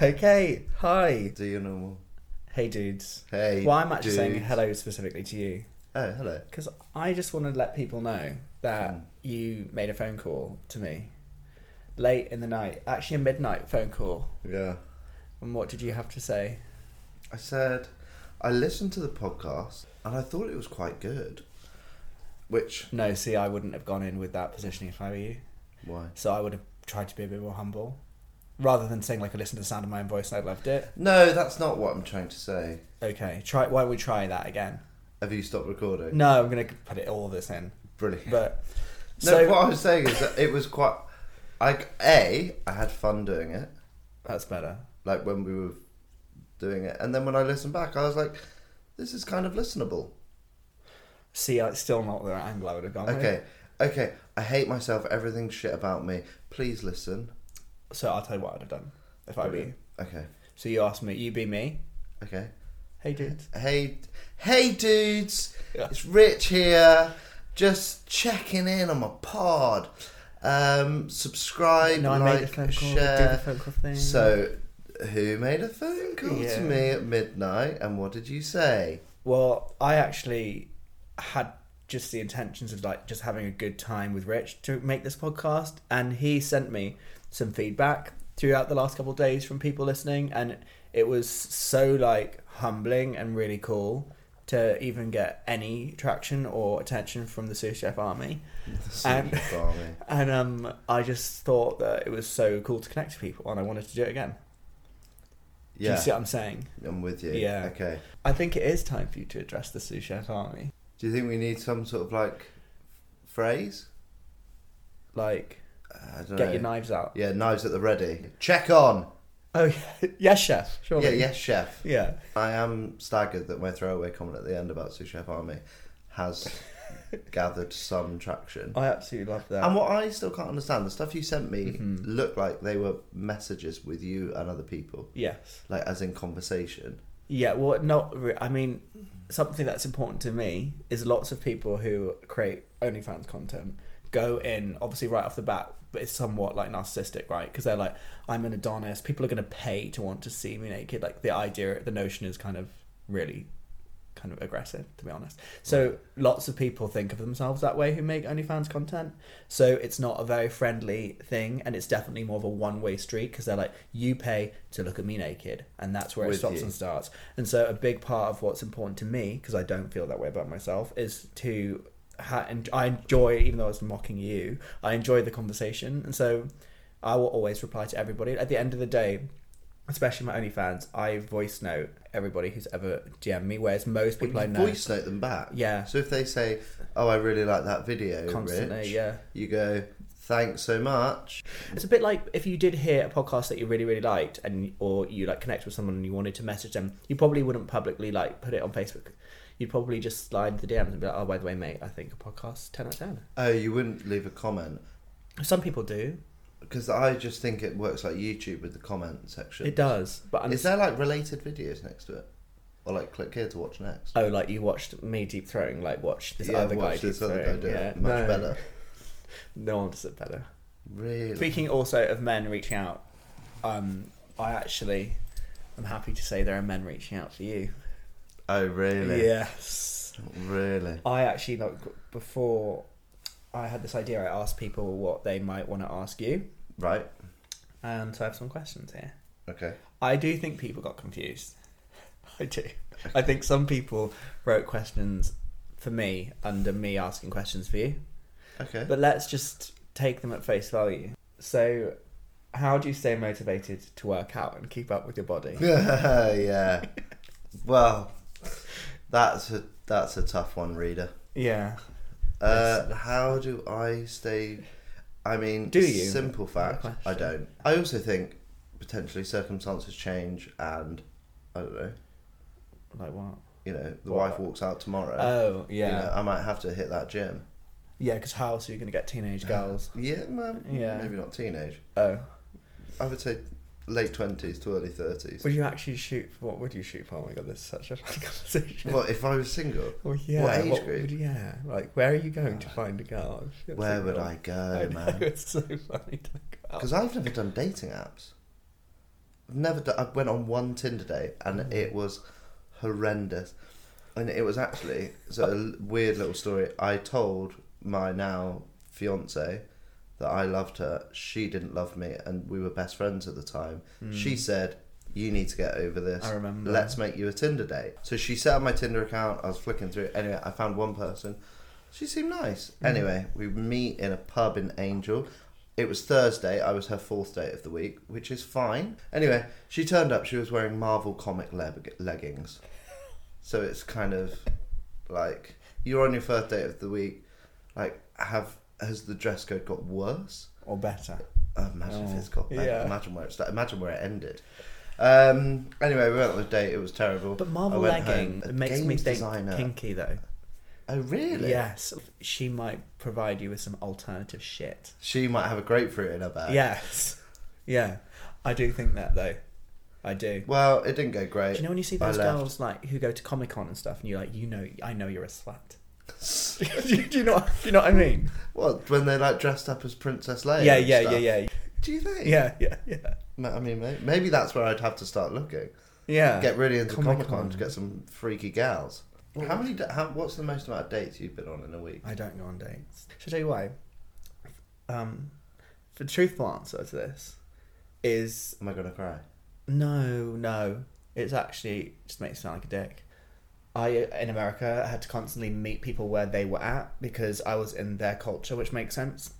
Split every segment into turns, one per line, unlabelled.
Okay, hi.
Do your normal.
Hey, dudes.
Hey.
Well, I'm actually
dude.
saying hello specifically to you
Oh, hello.
because I just want to let people know that
Mm.
you made a phone call to me late in the night, actually a midnight phone call.
Yeah.
And what did you have to say?
I said, I listened to the podcast and I thought it was quite good. Which,
No, see, I wouldn't have gone in with that positioning if I were you.
why?
So I would have tried to be a bit more humble rather than saying, like, I listened to the sound of my own voice and I loved it.
No, that's not what I'm trying to say.
Okay, try. why don't we try that again?
Have you stopped recording?
No, I'm going to put it all this in.
Brilliant.
But.
no, what I was saying is that it was quite. I, A, I had fun doing it,
That's better.
like when we were doing it. And then when I listened back, I was like, this is kind of listenable.
See, it's still not the angle I would have gone. with.
Okay, okay. I hate myself. Everything's shit about me. Please listen.
So I'll tell you what I'd have done if I were you.
Okay,
So you asked me, you be me.
okay.
Hey, dude.
Hey, hey, dudes!
Yeah.
It's Rich here. Just checking in on my pod. Um, subscribe,
No, I made the
like,
phone call. Do the
share.
phone call thing.
So, who made a phone call
Yeah.
to me at midnight? And what did you say?
well, I actually had just the intentions of like just having a good time with Rich to make this podcast, and he sent me some feedback throughout the last couple of days from people listening, and it was so like humbling and really cool to even get any traction or attention from the sous chef army. Um,
Barney.
And um, I just thought that it was so cool to connect to people, and I wanted to do it again. Do you
Yeah,
see what I'm saying?
I'm with you.
Yeah.
Okay.
I think it is time for you to address the sous chef army.
Do you think we need some sort of like phrase? Uh,
Like,
I don't
get
know.
your knives out.
Yeah, knives at the ready. Check on.
Oh, yeah. yes, chef. Sure.
Yeah, yes, chef.
Yeah.
I am staggered that my throwaway comment at the end about Sous Chef Army has gathered some traction.
I absolutely love that.
And what I still can't understand, the stuff you sent me
Mhm.
looked like they were messages with you and other people,
yes.
like as in conversation.
Yeah. Well, not. Re- I mean, something that's important to me is lots of people who create OnlyFans content go in obviously right off the bat, but it's somewhat like narcissistic, right? Because they're like, I'm an Adonis. People are going to pay to want to see me naked. Like the idea, the notion is kind of really kind of aggressive, to be honest. So lots of people think of themselves that way who make OnlyFans content. So it's not a very friendly thing, and it's definitely more of a one-way street because they're like, you pay to look at me naked, and that's where it
With
stops
you.
and starts. And so a big part of what's important to me, because I don't feel that way about myself, is to ha- and I enjoy, even though I was mocking you, I enjoy the conversation, and so I will always reply to everybody. At the end of the day, especially my OnlyFans, I voice note everybody who's ever DM me, whereas most people I
Well, you
know
voice note them back.
Yeah.
So if they say, "Oh, I really like that video,"
constantly,
Rich,
yeah.
you go, "Thanks so much."
It's a bit like if you did hear a podcast that you really, really liked, and or you like connect with someone and you wanted to message them, you probably wouldn't publicly like put it on Facebook. You'd probably just slide the DMs and be like, "Oh, by the way, mate, I think a podcast ten out of 10.
Oh, you wouldn't leave a comment
Some people do.
because I just think it works like YouTube with the comment section.
It does, but I'm
Is there like related videos next to it, or like click here to watch next?
oh, like you watched me deep throwing, like watch this other guy
watch
deep
this other guy
throwing.
do
yeah,
it. Much
no,
better.
No one does it better.
Really.
Speaking also of men reaching out, um, I actually am happy to say there are men reaching out for you.
oh, really?
Yes.
Really.
I actually like before I had this idea, I asked people what they might want to ask you,
Right.
and so I have some questions here.
Okay.
I do think people got confused. I do. I think some people wrote questions for me under me asking questions for you,
Okay.
but let's just take them at face value. So, how do you stay motivated to work out and keep up with your body?
yeah. Well, that's a that's a tough one, reader.
Yeah. Yes,
Uh,
yes.
how do I stay? I mean,
Do you?
Simple fact,
Good
I
question.
don't. I also think potentially circumstances change, and I don't know.
Like what?
You know, the
What?
wife walks out tomorrow.
Oh,
you know,
yeah.
I might have to hit that gym.
Yeah, because how else are you going to get teenage girls?
Yeah, well,
Yeah.
maybe not teenage.
Oh.
I would say late twenties to early thirties.
Would you actually shoot? What would you shoot for? Oh my god, this is such a fun conversation.
Well, if I was single,
Well, yeah,
what age group? Uh,
would- yeah, like where are you going to find a girl? If you're
where would
single?
I go,
I know,
man?
It's so funny to think about.
Because I've never done dating apps. never done. I went on one Tinder date
Mm.
and it was horrendous, and it was actually so a l- weird little story. I told my now fiance that I loved her. She didn't love me, and we were best friends at the time.
Hmm.
She said. You need to get over this.
I remember.
Let's make you a Tinder date. So she set up my Tinder account. I was flicking through. it. Anyway, I found one person. She seemed nice.
Hmm.
Anyway, we meet in a pub in Angel. It was Thursday. I was her fourth date of the week, which is fine. Anyway, she turned up. She was wearing Marvel comic leg- leggings. So it's kind of like you're on your first date of the week. Like, have has the dress code got worse?
or better.
Oh, imagine if it's got better.
Yeah.
Imagine where it's imagine where it ended. Um, anyway, we went on a date. It was terrible.
But
I
Marvel
went
legging
home. A
makes me
games
think
designer.
kinky though.
Oh really?
Yes, she might provide you with some alternative shit.
She might have a grapefruit in her bag.
Yes, yeah, I do think that though. I do.
Well, it didn't go great.
Do you know when you see
I
those
left.
girls like who go to Comic Con and stuff, and you're like, you know, I know you're a slut. do, you, do you know? What, do you know what I mean?
What when they like dressed up as Princess Leia?
Yeah,
and
yeah,
stuff?
yeah, yeah,
Do you think?
yeah, yeah, yeah,
Ma- I mean, maybe, maybe that's where I'd have to start looking.
yeah.
Get really into
Comic-Con.
Comic Con to get some freaky gals. How many? da- How, what's the most amount of dates you've been on in a week?
I don't go on dates. Should I tell you why? Um, the truthful answer to this is
Am I gonna cry?
no, no. It's actually just makes me sound like a dick. I in America I had to constantly meet people where they were at because I was in their culture, which makes sense.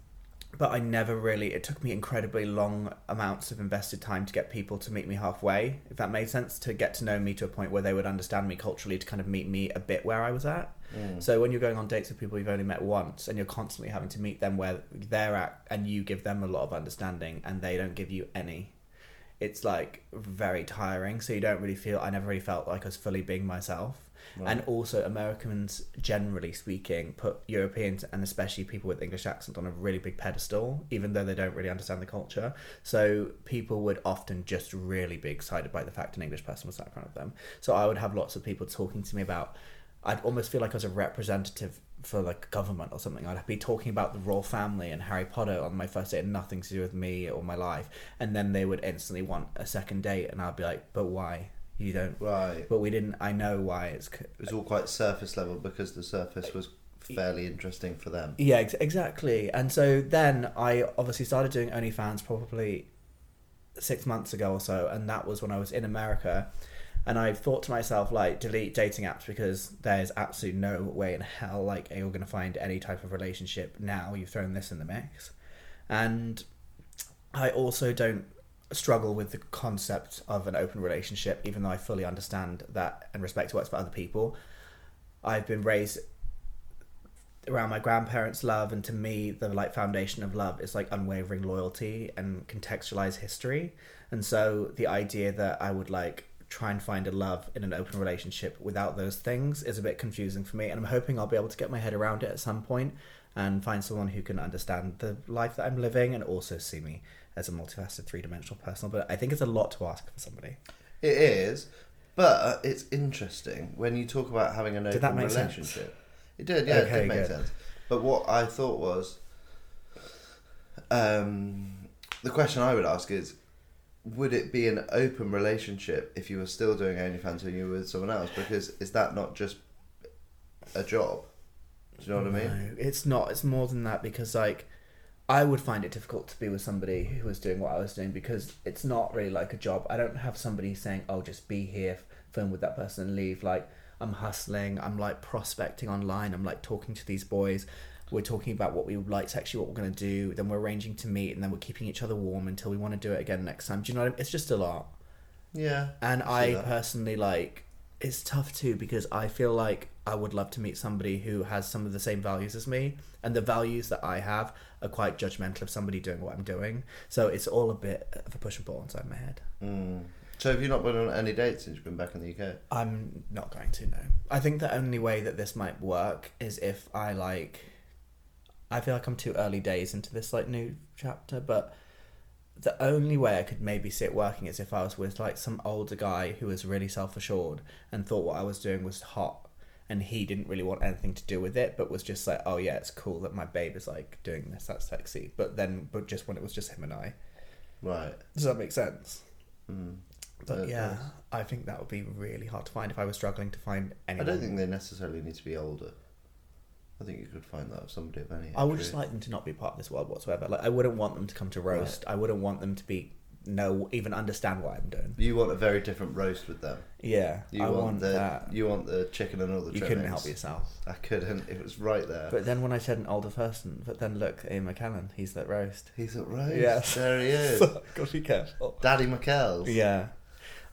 But I never really. It took me incredibly long amounts of invested time to get people to meet me halfway, if that made sense, to get to know me to a point where they would understand me culturally, to kind of meet me a bit where I was at. So when you're going on dates with people you've only met once, and you're constantly having to meet them where they're at, and you give them a lot of understanding, and they don't give you any, it's like very tiring. So you don't really feel. I never really felt like I was fully being myself. And also, Americans generally speaking put Europeans and especially people with English accents on a really big pedestal, even though they don't really understand the culture. So people would often just really be excited by the fact an English person was sat in front of them. So I would have lots of people talking to me about I'd almost feel like I was a representative for like government or something. I'd be talking about the royal family and Harry Potter on my first date, and nothing to do with me or my life. And then they would instantly want a second date, and I'd be like, "But why? You don't."
Right.
But we didn't. I know why. It's c-
It was all quite surface level because the surface was fairly interesting for them.
yeah, ex- exactly. And so then I obviously started doing OnlyFans probably six months ago or so, and that was when I was in America. And I thought to myself, like, delete dating apps because there's absolutely no way in hell, like, you're going to find any type of relationship now. You've thrown this in the mix. And I also don't struggle with the concept of an open relationship, even though I fully understand that and respect works for other people. I've been raised around my grandparents' love, and to me, the like foundation of love is like unwavering loyalty and contextualized history. And so, the idea that I would like try and find a love in an open relationship without those things is a bit confusing for me. And I'm hoping I'll be able to get my head around it at some point and find someone who can understand the life that I'm living and also see me as a multifaceted, three dimensional person. But I think it's a lot to ask for somebody.
It is, but it's interesting when you talk about having an open
that make sense?
relationship. It did, yeah, it
Okay,
did make
good.
sense. But what I thought was, um, the question I would ask is, would it be an open relationship if you were still doing OnlyFans and you were with someone else? Because is that not just a job? Do you know what I mean?
No, it's not. It's more than that because like I would find it difficult to be with somebody who was doing what I was doing because it's not really like a job. I don't have somebody saying, "Oh, just be here, film with that person, and leave." Like I'm hustling. I'm like prospecting online. I'm like talking to these boys. We're talking about what we would like, actually what we're gonna do. Then we're arranging to meet, and then we're keeping each other warm until we want to do it again next time. Do you know what I mean? It's just a lot.
Yeah.
And
I see
I
that.
personally like it's tough too because I feel like I would love to meet somebody who has some of the same values as me, and the values that I have are quite judgmental of somebody doing what I'm doing. So it's all a bit of a push and pull inside my head.
Mm. So have you not been on any dates since you've been back in the UK?
I'm not going to no. I think the only way that this might work is if I like. I feel like I'm too early days into this like new chapter, but the only way I could maybe see it working is if I was with like some older guy who was really self assured and thought what I was doing was hot, and he didn't really want anything to do with it, but was just like, oh yeah, it's cool that my babe is like doing this, that's sexy. But then, but just when it was just him and I,
Right.
does that make sense?
Mm.
But
Uh,
yeah,
yes.
I think that would be really hard to find if I was struggling to find
I
anyone.
don't think they necessarily need to be older. I think you could find that of somebody of any.
I would just
age,
like them to not be part of this world whatsoever. Like I wouldn't want them to come to roast. I wouldn't want them to be no even understand what I'm doing.
really. You want a very different roast with them.
Yeah,
You
I
want,
want
the
that.
you want the chicken and all the.
You couldn't
trimmings.
help yourself.
I couldn't. It was right there.
But then when I said an older person, but then look, Ian McKellen, he's that roast.
He's at roast.
Yes.
There he is.
Gotta be careful.
Daddy McKell's.
Yeah.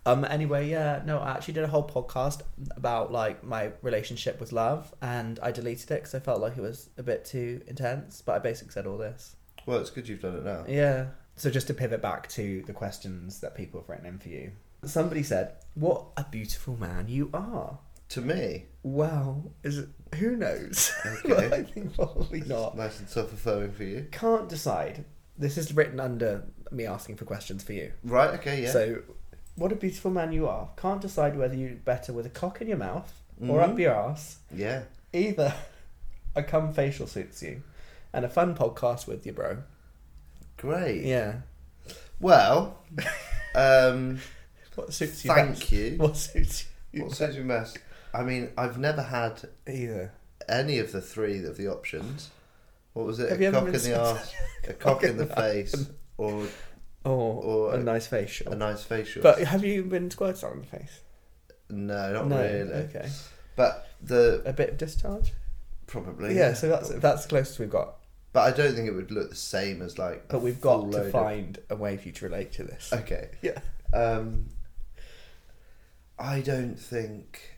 Um. Anyway, yeah. No, I actually did a whole podcast about like my relationship with love, and I deleted it because I felt like it was a bit too intense. But I basically said all this.
Well, it's good you've done it now.
Yeah. So just to pivot back to the questions that people have written in for you, somebody said, "What a beautiful man you are."
To me,
Well, is it? Who knows?
Okay.
I think probably not.
nice and self-affirming for you.
Can't decide. This is written under me asking for questions for you.
Right. Okay. Yeah.
So, what a beautiful man you are. Can't decide whether you're better with a cock in your mouth or
Mhm.
up your ass.
yeah.
Either a cum facial suits you, and a fun podcast with you, bro.
Great.
Yeah.
Well. Um.
What suits you? best?
thank you.
What suits you?
What says you best? I mean, I've never had
Either.
any of the three of the options. What was it?
Have you
a
ever
cock in
been
the arse, a cock in the face, or
Or,
Or
a
a-
nice facial.
a nice facial.
but have you been squirted on the face?
no, not
no.
really.
Okay.
But the
A bit of discharge.
probably
Yeah. So that's that's the closest we've got.
But I don't think it would look the same as like. a
But we've got
full
to
load of-
find a way for you to relate to this.
Okay.
Yeah.
Um. I don't think.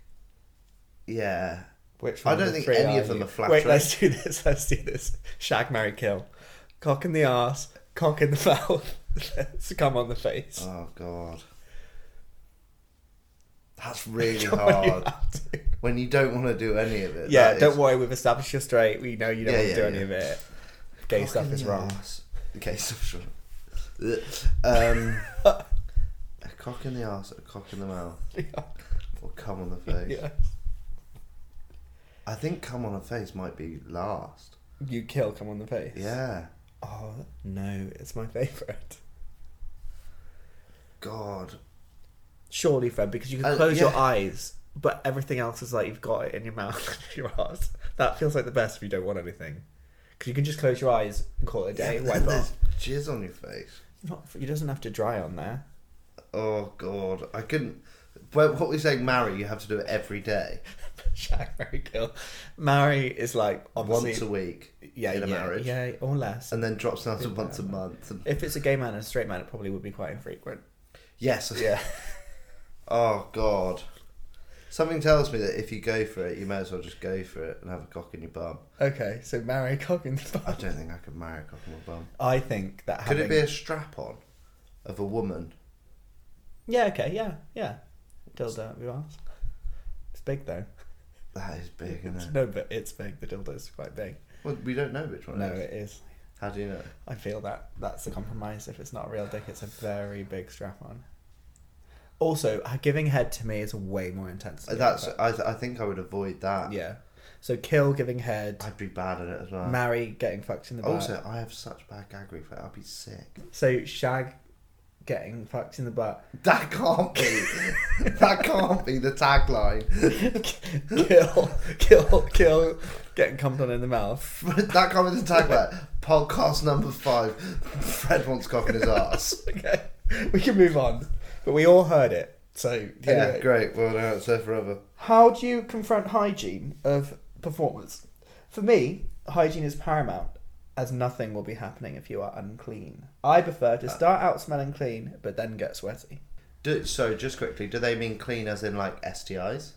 Yeah.
Which
I
one
don't
the
think
three
any
are
of them
you?
are flattering.
Wait, let's do this. Let's do this. Shag, marry, kill. Cock in the ass, cock in the mouth. let's come on the face.
Oh God. That's Oh, really
Come on, you
hard
have to.
when you don't want to do any of it.
Yeah,
that
don't
is-
worry. We've established you're straight. We know you don't
Yeah,
want to
yeah,
do any
yeah.
of it. Gay
Cock
stuff
in
is
the
wrong.
arse. Gay stuff is wrong. um, a cock in the ass, a cock in the mouth, or cum on the face.
yeah.
I think cum on the face might be last.
You kill, come on the face.
Yeah.
Oh no, it's my favourite.
God.
Surely, Fred, because you can
Uh,
close your
yeah.
eyes, but everything else is like you've got it in your mouth, and your ass. That feels like the best if you don't want anything, because you can just close your eyes and call it a day.
Yeah,
wipe it off.
there's jizz on your face.
Not, he doesn't have to dry on there.
Oh God. I couldn't. Well, what we say, marry, you have to do it every day,
Shag, marry, kill. Marry is like obviously
once a week,
yeah,
in a
yeah,
marriage.
yeah, or less.
and then drops down to once a month. And,
if it's a gay man and a straight man, it probably would be quite infrequent.
yes.
Yeah,
Oh God. Something tells me that if you go for it, you may as well just go for it and have a cock in your bum.
okay. So marry cock in the
I
bum.
don't think I could marry a cock in my bum.
I think that
Could
having
it be a strap on of a woman?
yeah, okay, yeah, yeah. Dildo up your ass. It's big though.
That is big, isn't
It's-
it?
No, but it's big. The dildo is quite big.
Well, we don't know which one
No,
it is.
it is.
How do you know?
I feel that that's the compromise. If it's not a real dick, it's a very big strap on. Also, giving head to me is way more intense. than
Uh, That's.
that.
I, th- I think I would avoid that.
yeah. So kill giving head,
I'd be bad at it as well.
marry getting fucked in the butt.
also, I have such bad gag reflex. I'd be sick.
so shag getting fucked in the butt,
That can't be. that can't be the tagline.
kill kill kill getting cummed on in the mouth.
That can't be the tagline. Podcast number five. Fred wants cock in his ass.
Okay, we can move on, but we all heard it. So
Yeah,
anyway.
great. Well, now it's there forever.
How do you confront hygiene of performance? For me, hygiene is paramount, as nothing will be happening if you are unclean. I prefer to start out smelling clean, but then get sweaty.
Do, so, just quickly, do they mean clean as in like STIs?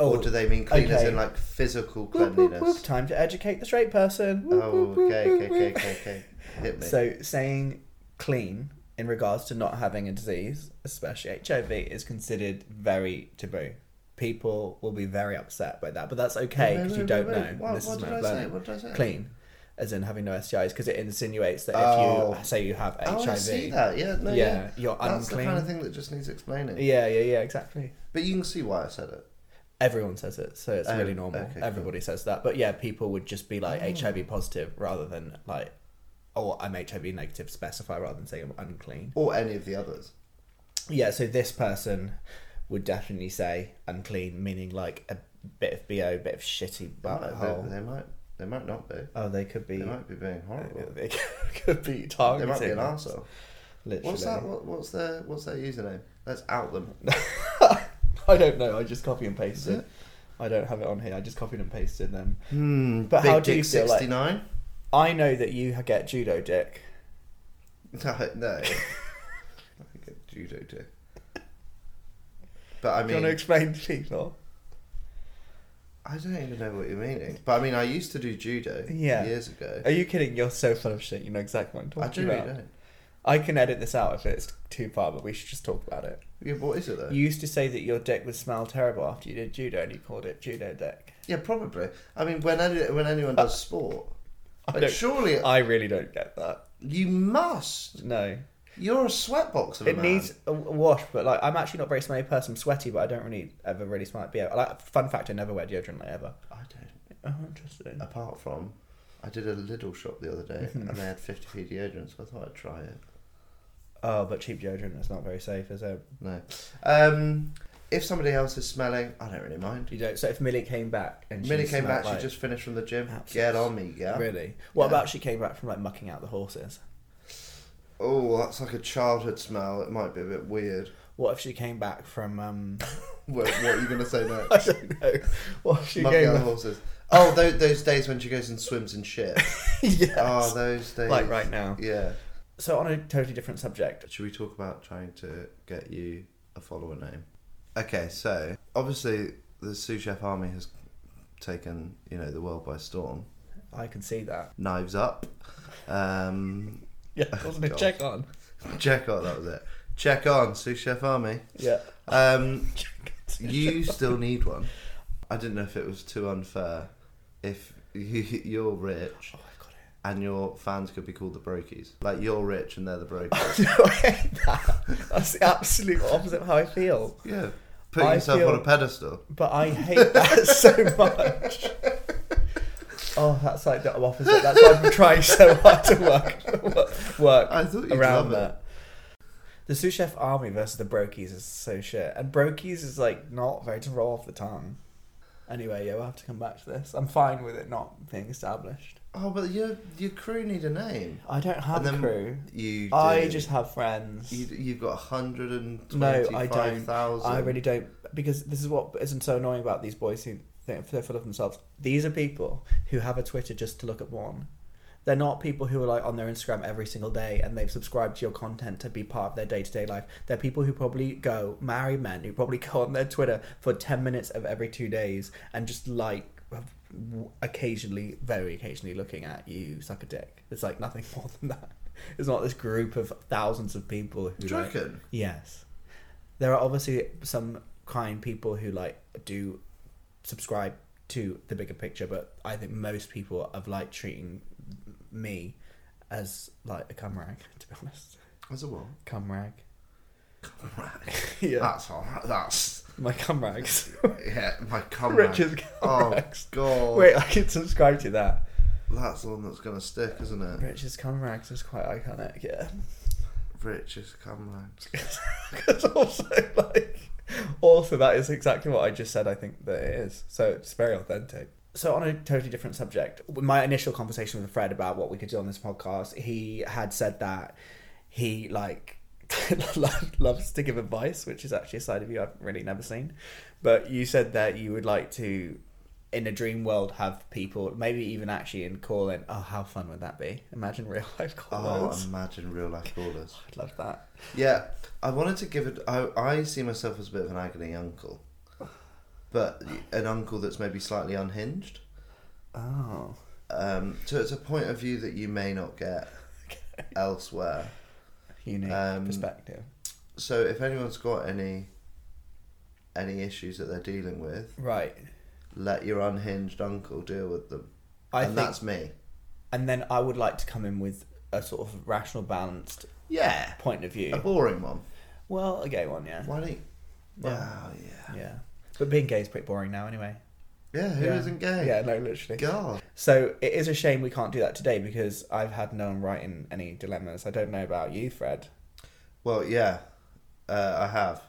Oh,
or do they mean clean as
okay.
in like physical
Whoop, whoop,
cleanliness?
whoop. Time to educate the straight person. Whoop,
Oh,
whoop, whoop,
okay,
whoop,
okay, okay,
whoop.
okay, okay. Hit me.
So, saying clean in regards to not having a disease, especially HIV, is considered very taboo. People will be very upset by that, but that's okay
Wait,
because
wait,
you
wait,
don't
wait.
know.
What,
This
what
is
did
my
I say?
learning.
What did I say?
clean, as in having no STIs, because it insinuates that if
Oh.
you say you have
Oh,
HIV,
I see that. Yeah, no, yeah.
yeah, you're
That's
unclean.
the kind of thing that just needs explaining.
Yeah, yeah, yeah, exactly.
But you can see why I said it.
Everyone says it, so it's
Oh,
really normal.
okay, cool. Oh.
Everybody says that, but yeah, people would just be like HIV positive rather than like, oh, I'm HIV negative. Specify rather than saying I'm unclean.
Or any of the others.
yeah, so this person would definitely say unclean, meaning like a bit of bo, bit of shitty
Might,
butthole.
uh, they, they might. They might not be.
Oh, they could be.
They might be being horrible.
They could be
They
targeted.
might be an arsehole.
Literally.
What's that? What, what's their What's their username? Let's out them.
I don't know. I just copy and pasted.
it?
I don't have it on here. I just copied and pasted them.
Hmm.
But
Big
how do
Dick
you feel, like-
sixty nine?
I know that you ha- get judo dick.
No, no. I get judo too. But I
Do you want
mean,
to explain to people?
I don't even know what you're meaning. But I mean, I used to do judo
Yeah.
years ago.
Are you kidding? You're so full of shit. You know exactly what I'm
I
talking
generally
about.
don't.
I can edit this out if it's too far, but we should just talk about it.
Yeah, what is it though?
You used to say that your dick would smell terrible after you did judo, and you called it judo dick.
yeah, probably. I mean, when any, when anyone does sport,
I,
like,
don't,
surely
I really don't get that.
you must.
No,
You're a sweatbox of a
it
man.
needs a a wash. But like, I'm actually not a very smelly person. I'm sweaty, but I don't really ever really smell like beer. Like, fun fact: I never wear deodorant like ever.
I don't.
Oh, interesting.
Apart from, I did a Lidl shop the other day
Mm-hmm.
and they had 50p deodorant, so I thought I'd try it.
Oh, but cheap deodorant is not very safe, is it?
No. Um, if somebody else is smelling, I don't really mind.
You don't. So if Millie came back and she
Minnie came
smelled
back,
like,
she just finished from the gym.
Absolutely.
Get on me, yeah.
really. What
Yeah.
about she came back from like mucking out the horses?
Oh, that's like a childhood smell. It might be a bit weird.
What if she came back from um?
What, what are you going to say next?
I don't know. What if she
Monkey
came
on the
back?
horses. Oh, those, those days when she goes and swims and shit.
yes.
Oh, those days.
like right now.
Yeah.
So on a totally different subject.
Should we talk about trying to get you a follower name? Okay, so obviously the sous chef army has taken you know the world by storm.
I can see that.
Knives up. Um,
Yeah, wasn't it?
God.
Check on.
check on that was it. Check on sous chef army.
Yeah.
Um, you still need one. I didn't know if it was too unfair. If you, you're rich
Oh, I got it.
and your fans could be called the brokies, like you're rich and they're the brokies.
No, I hate that. That's the absolute opposite of how I feel.
yeah, putting
I
yourself
feel-
on a pedestal.
But I hate that so much. Oh, that's like the opposite. That's why I'm trying so hard to work work, work
I thought you'd
around
love it.
that. The sous chef army versus the brokies is so shit, and brokies is like not very to roll off the tongue. Anyway, yeah, we'll have to come back to this. I'm fine with it not being established.
Oh, but your your crew need a name.
I don't have a
then
crew.
You.
I
do.
just have friends.
You, you've got a hundred and
No,
twenty-five
I
thousand.
don't. I really don't because this is what isn't so annoying about these boys who think they're full of themselves. These are people who have a Twitter just to look at one. They're not people who are like on their Instagram every single day and they've subscribed to your content to be part of their day to day life. They're people who probably go marry men who probably go on their Twitter for ten minutes of every two days and just like occasionally, very occasionally, looking at you suck a dick. It's like nothing more than that. It's not this group of thousands of people who
Do you
like,
reckon?
Yes. There are obviously some kind people who like do subscribe to the bigger picture, but I think most people have like treating me as like a cum rag, to be honest.
As a what?
Cum rag.
Right.
yeah.
That's all right. That's
My cum rags.
yeah. My comrade.
Richard's cum
Oh
rags.
god.
Wait, I can subscribe to that.
That's the one that's gonna stick, isn't it?
Richard's cum rags is quite iconic, yeah.
Rich is comrade.
Because also like also that is exactly what I just said I think that it is. So it's very authentic. So on a totally different subject, with my initial conversation with Fred about what we could do on this podcast, he had said that he like lo- loves to give advice, which is actually a side of you I've really never seen. But you said that you would like to in a dream world have people maybe even actually in call in oh how fun would that be? Imagine real life
Oh,
callers.
imagine real life callers.
um, I'd love that.
Yeah, I wanted to give it. I, I see myself as a bit of an agony uncle, but an uncle that's maybe slightly unhinged.
Oh.
Um, so it's a point of view that you may not get elsewhere.
unique
Um,
perspective.
So if anyone's got any any issues that they're dealing with,
Right.
let your unhinged uncle deal with them.
I
and
think,
that's me.
and then I would like to come in with a sort of rational, balanced
Yeah,
point of
a
view.
boring one.
Well, a gay one, yeah,
Why don't? You,
Well-
oh yeah,
yeah. But being gay is pretty boring now, anyway.
yeah. Who
Yeah.
not gay?
Yeah, no, literally.
God.
So it is a shame we can't do that today because I've had no one writing any dilemmas. I don't know about you, Fred.
Well, yeah. Uh, I have.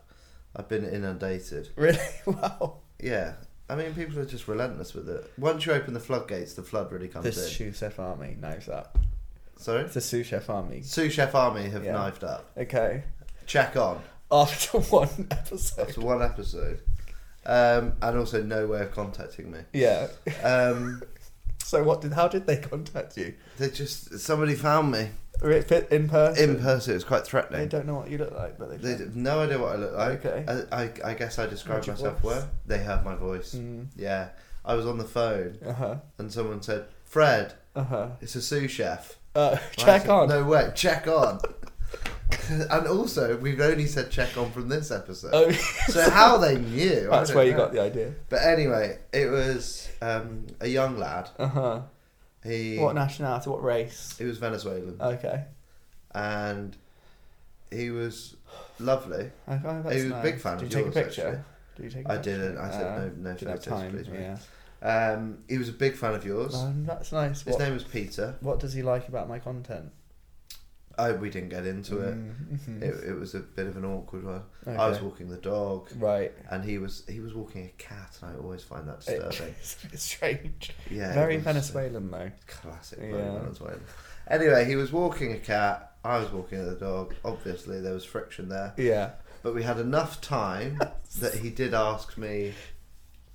I've been inundated.
Really? Wow.
Yeah. I mean, people are just relentless with it. Once you open the floodgates, the flood really comes
The
in.
sous chef army knives up.
Sorry?
It's a sous chef army.
Sous Chef Army have
Yeah.
knifed up.
Okay.
Check on.
After one episode.
That's one episode. Um, and also, no way of contacting me.
Yeah.
Um,
So what did? How did they contact you?
they just. Somebody found me.
Re- fit- In person.
In person, it was quite
They
threatening.
don't know what you look like, but they.
They
do.
have no idea what I look like.
Okay. Mm.
I, I, I guess I described
Heard your
myself
voice.
well. They heard my voice. Yeah. I was on the phone
Uh huh.
and someone said, Fred,
Uh huh.
it's a sous chef.
Uh,
And I
check
said,
on.
No way. Check on. and also, we've only said check on from this episode.
Oh,
So how they knew? I
that's
don't
where you
know.
got the idea.
But anyway, it was um, a young lad.
Uh huh.
He
What Oh. nationality? What race?
he was Venezuelan,
Okay.
and he was lovely.
Okay, that's
was a
nice.
big fan
Did
of
you take
yours,
a picture?
actually.
Did you take a
I
picture?
didn't. I said
Uh,
no, no
didn't have
photos,
time.
please, mate.
yeah.
Um, he was a big fan of yours.
Um, that's nice.
His
What,
name was Peter.
what does he like about my content?
Oh, we didn't get into it.
Mm, mhm.
it. It was a bit of an awkward one.
Okay. Mm.
I was walking the dog,
right.
and he was he was walking a cat, and I always find that disturbing.
It's a bit strange.
yeah, it
Very
was
Venezuelan though.
Classic
Yeah.
Venezuelan. Anyway, he was walking a cat. I was walking the dog. Obviously, there was friction there.
Yeah.
But we had enough time that he did ask me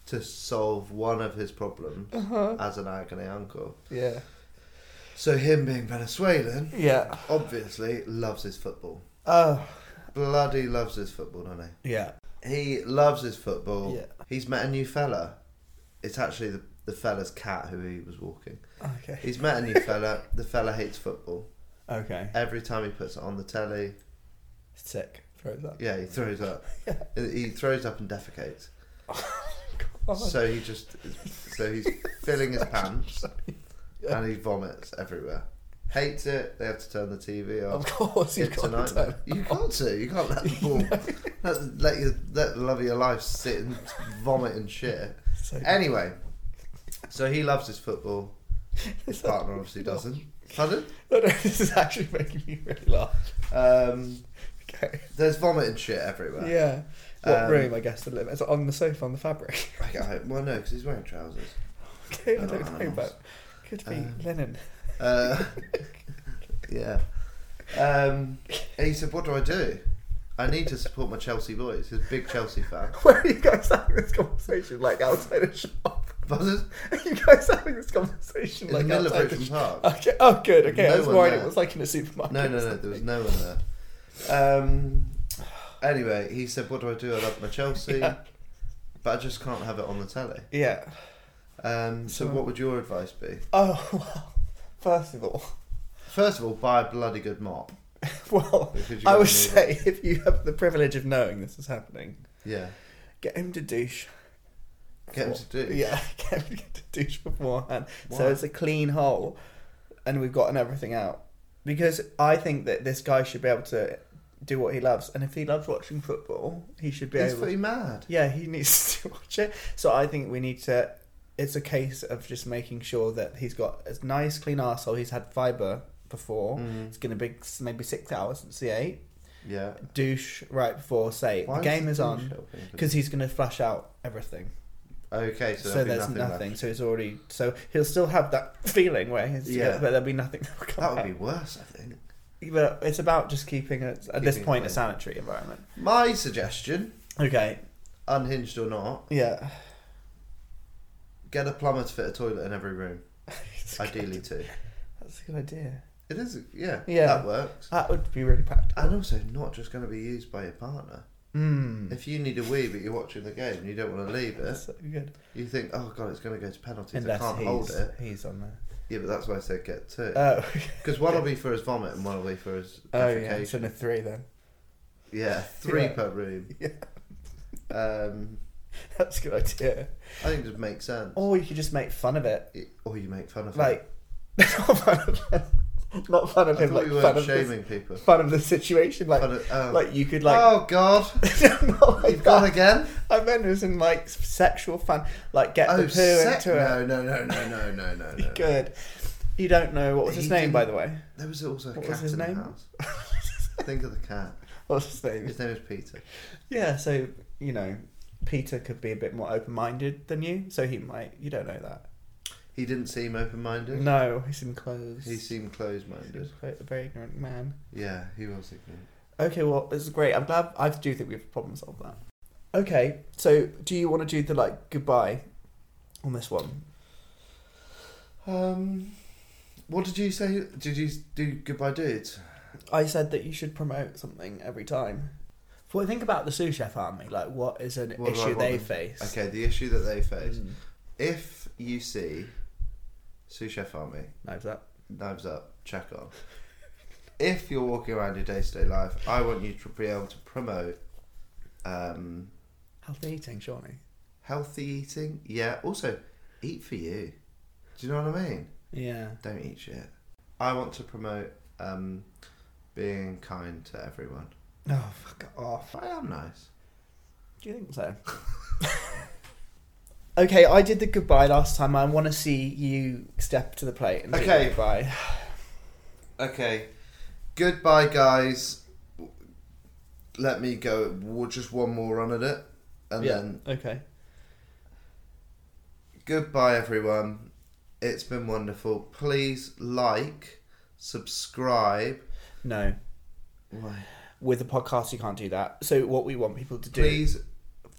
to solve one of his problems
Uh-huh.
as an agony uncle.
Yeah.
So him being Venezuelan,
Yeah.
obviously loves his football.
Oh.
Bloody loves his football, doesn't
Yeah.
he? He loves his football.
Yeah.
He's met a new fella. It's actually the, the fella's cat who he was walking.
Okay.
He's met a new fella. The fella hates football.
Okay.
Every time he puts it on the telly,
Sick. Throws up.
yeah, he throws up.
Yeah.
He throws up and defecates.
God.
So he just, so he's filling his pants,
Yeah.
and he vomits everywhere. Hates it. They have to turn the TV
of
off.
course you've
It's a
got
nightmare.
to.
You got to. You can't let the ball, let, let you let the love of your life sit and vomit and shit.
So,
Anyway, so he loves his football. His partner obviously doesn't. Pardon?
no, no, this is actually making me really laugh.
Um,
Okay.
there's vomit and shit everywhere.
Yeah. What
Um,
room? I guess to live. It's on the sofa on the fabric.
Like, I- well, no, because he's wearing trousers.
okay. I
They're
don't
not
know,
animals.
but could be
Um,
linen.
Uh, yeah. Um, and he said, "What do I do? I need to support my Chelsea boys. He's a big Chelsea fan.
Where are you guys having this conversation? Like outside a shop?
But in
Are you guys having this conversation
the
like
middle of
outside the
Ocean
sh-
Park.
Okay. Oh, good. Okay,
No
I was
one
worried
there.
it was like in a supermarket.
No, no,
or
no.
something.
There was no one there. Um, anyway, he said, "What do I do? I love my Chelsea,
Yeah.
but I just can't have it on the telly.
Yeah.
Um, so,
So-
what would your advice be?
Oh well. First of all,
First of all, buy a bloody good mop.
well,
because you
I
don't
would
need it.
say if you have the privilege of knowing this is happening,
yeah,
get him to douche.
get him to do.
Yeah, get him to douche beforehand.
Why?
So it's a clean hole, and we've gotten everything out. Because I think that this guy should be able to do what he loves, and if he loves watching football, he should be
he's
able.
pretty mad.
Yeah, he needs to watch it. So I think we need to. It's a case of just making sure that he's got a nice, clean arsehole. He's had fibre before.
Mm.
It's going to be maybe six hours since the eight.
Yeah.
Douche right before, say,
Why
the game
the
is
douche
on.
open?
Because he's going to flush out everything.
okay, so,
So,
there'll be
there's
nothing.
nothing.
left.
So he's already. So he'll still have that feeling where he's.
Yeah.
Yeah. but there'll be nothing that will come
That would
out.
be worse, I think.
But it's about just keeping it, at this
Keeping it
point, a
clean.
sanitary environment.
My suggestion,
Okay.
unhinged or not,
Yeah.
get a plumber to fit a toilet in every room. Ideally, two.
That's a good idea.
It is, yeah,
Yeah.
that works.
That would be really practical.
And also, not just going to be used by your partner.
Mm.
If you need a wee, but you're watching the game and you don't want to leave it,
That's so good.
you think, oh god, it's going to go to penalties.
Unless
I can't
he's,
hold it.
he's on there.
Yeah, but that's why I said get two.
Oh,
Because one will be for his vomit and one will be for his
oh yeah. It's
defecation.
in a three then.
yeah. three
Yeah.
per room.
Yeah,
Um,
that's a good idea.
I think it just makes sense.
Or you could just make fun of it,
It- Or you make fun of
Oh. like not fun of him, not fun
him.
of
I
him,
thought
like
you
fun
weren't
of, the,
shaming people.
fun of the situation. Like,
Fun of- oh.
like you could like. oh
oh god,
Not like
you've gone
that.
again.
I meant it was in like sexual fun, like get the
Oh,
poo
sec-
into it.
no, no, no, no, no, no, no, no.
Good. You don't know what was
He
his name, by the
didn't-
way.
There was also a
What
cat
was his
in the
name?
house. Think of the cat.
What's his name?
His name is Peter.
Yeah, so you know, Peter could be a bit more open-minded than you, so he might. You don't know that.
He didn't seem open minded.
No, he's in clothes.
He seemed closed minded.
He's quite a very ignorant man.
Yeah, he was ignorant.
Okay, well, this is great. I'm glad. I do think we've problem solved that. Okay, so do you want to do the like goodbye on this one?
Um, what did you say? Did you do goodbye, dudes?
I said that you should promote something every time. Well, think about the sous chef army. Like, what is an
What do I
issue
want
they
them-
face?
Okay, the issue that they face.
Mm.
If you see sous chef army,
Knives up.
knives up, check on. If you're walking around your day to day life, I want you to be able to promote um,
Healthy eating, surely.
healthy eating. Yeah, also eat for you. Do you know what I mean?
Yeah.
Don't eat shit. I want to promote um, being kind to everyone.
Oh, fuck off.
I am nice.
Do you think so? okay, I did the goodbye last time. I want to see you step to the plate and do
Okay.
the goodbye.
Okay. Goodbye, guys. Let me go. w- Just one more run at it. And then
Okay.
goodbye, everyone. It's been wonderful. Please like, subscribe.
No, with a podcast you can't do that. So what we want people to do
Please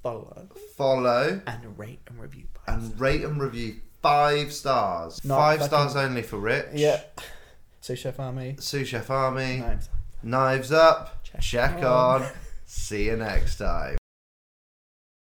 follow us
follow
and rate and review. please.
and rate and review five stars.
Not
five
fucking-
stars only for Rich.
yeah. So Chef Army.
Sous Chef Army.
Knives.
Knives up.
Check
Check
on.
on. See you next time.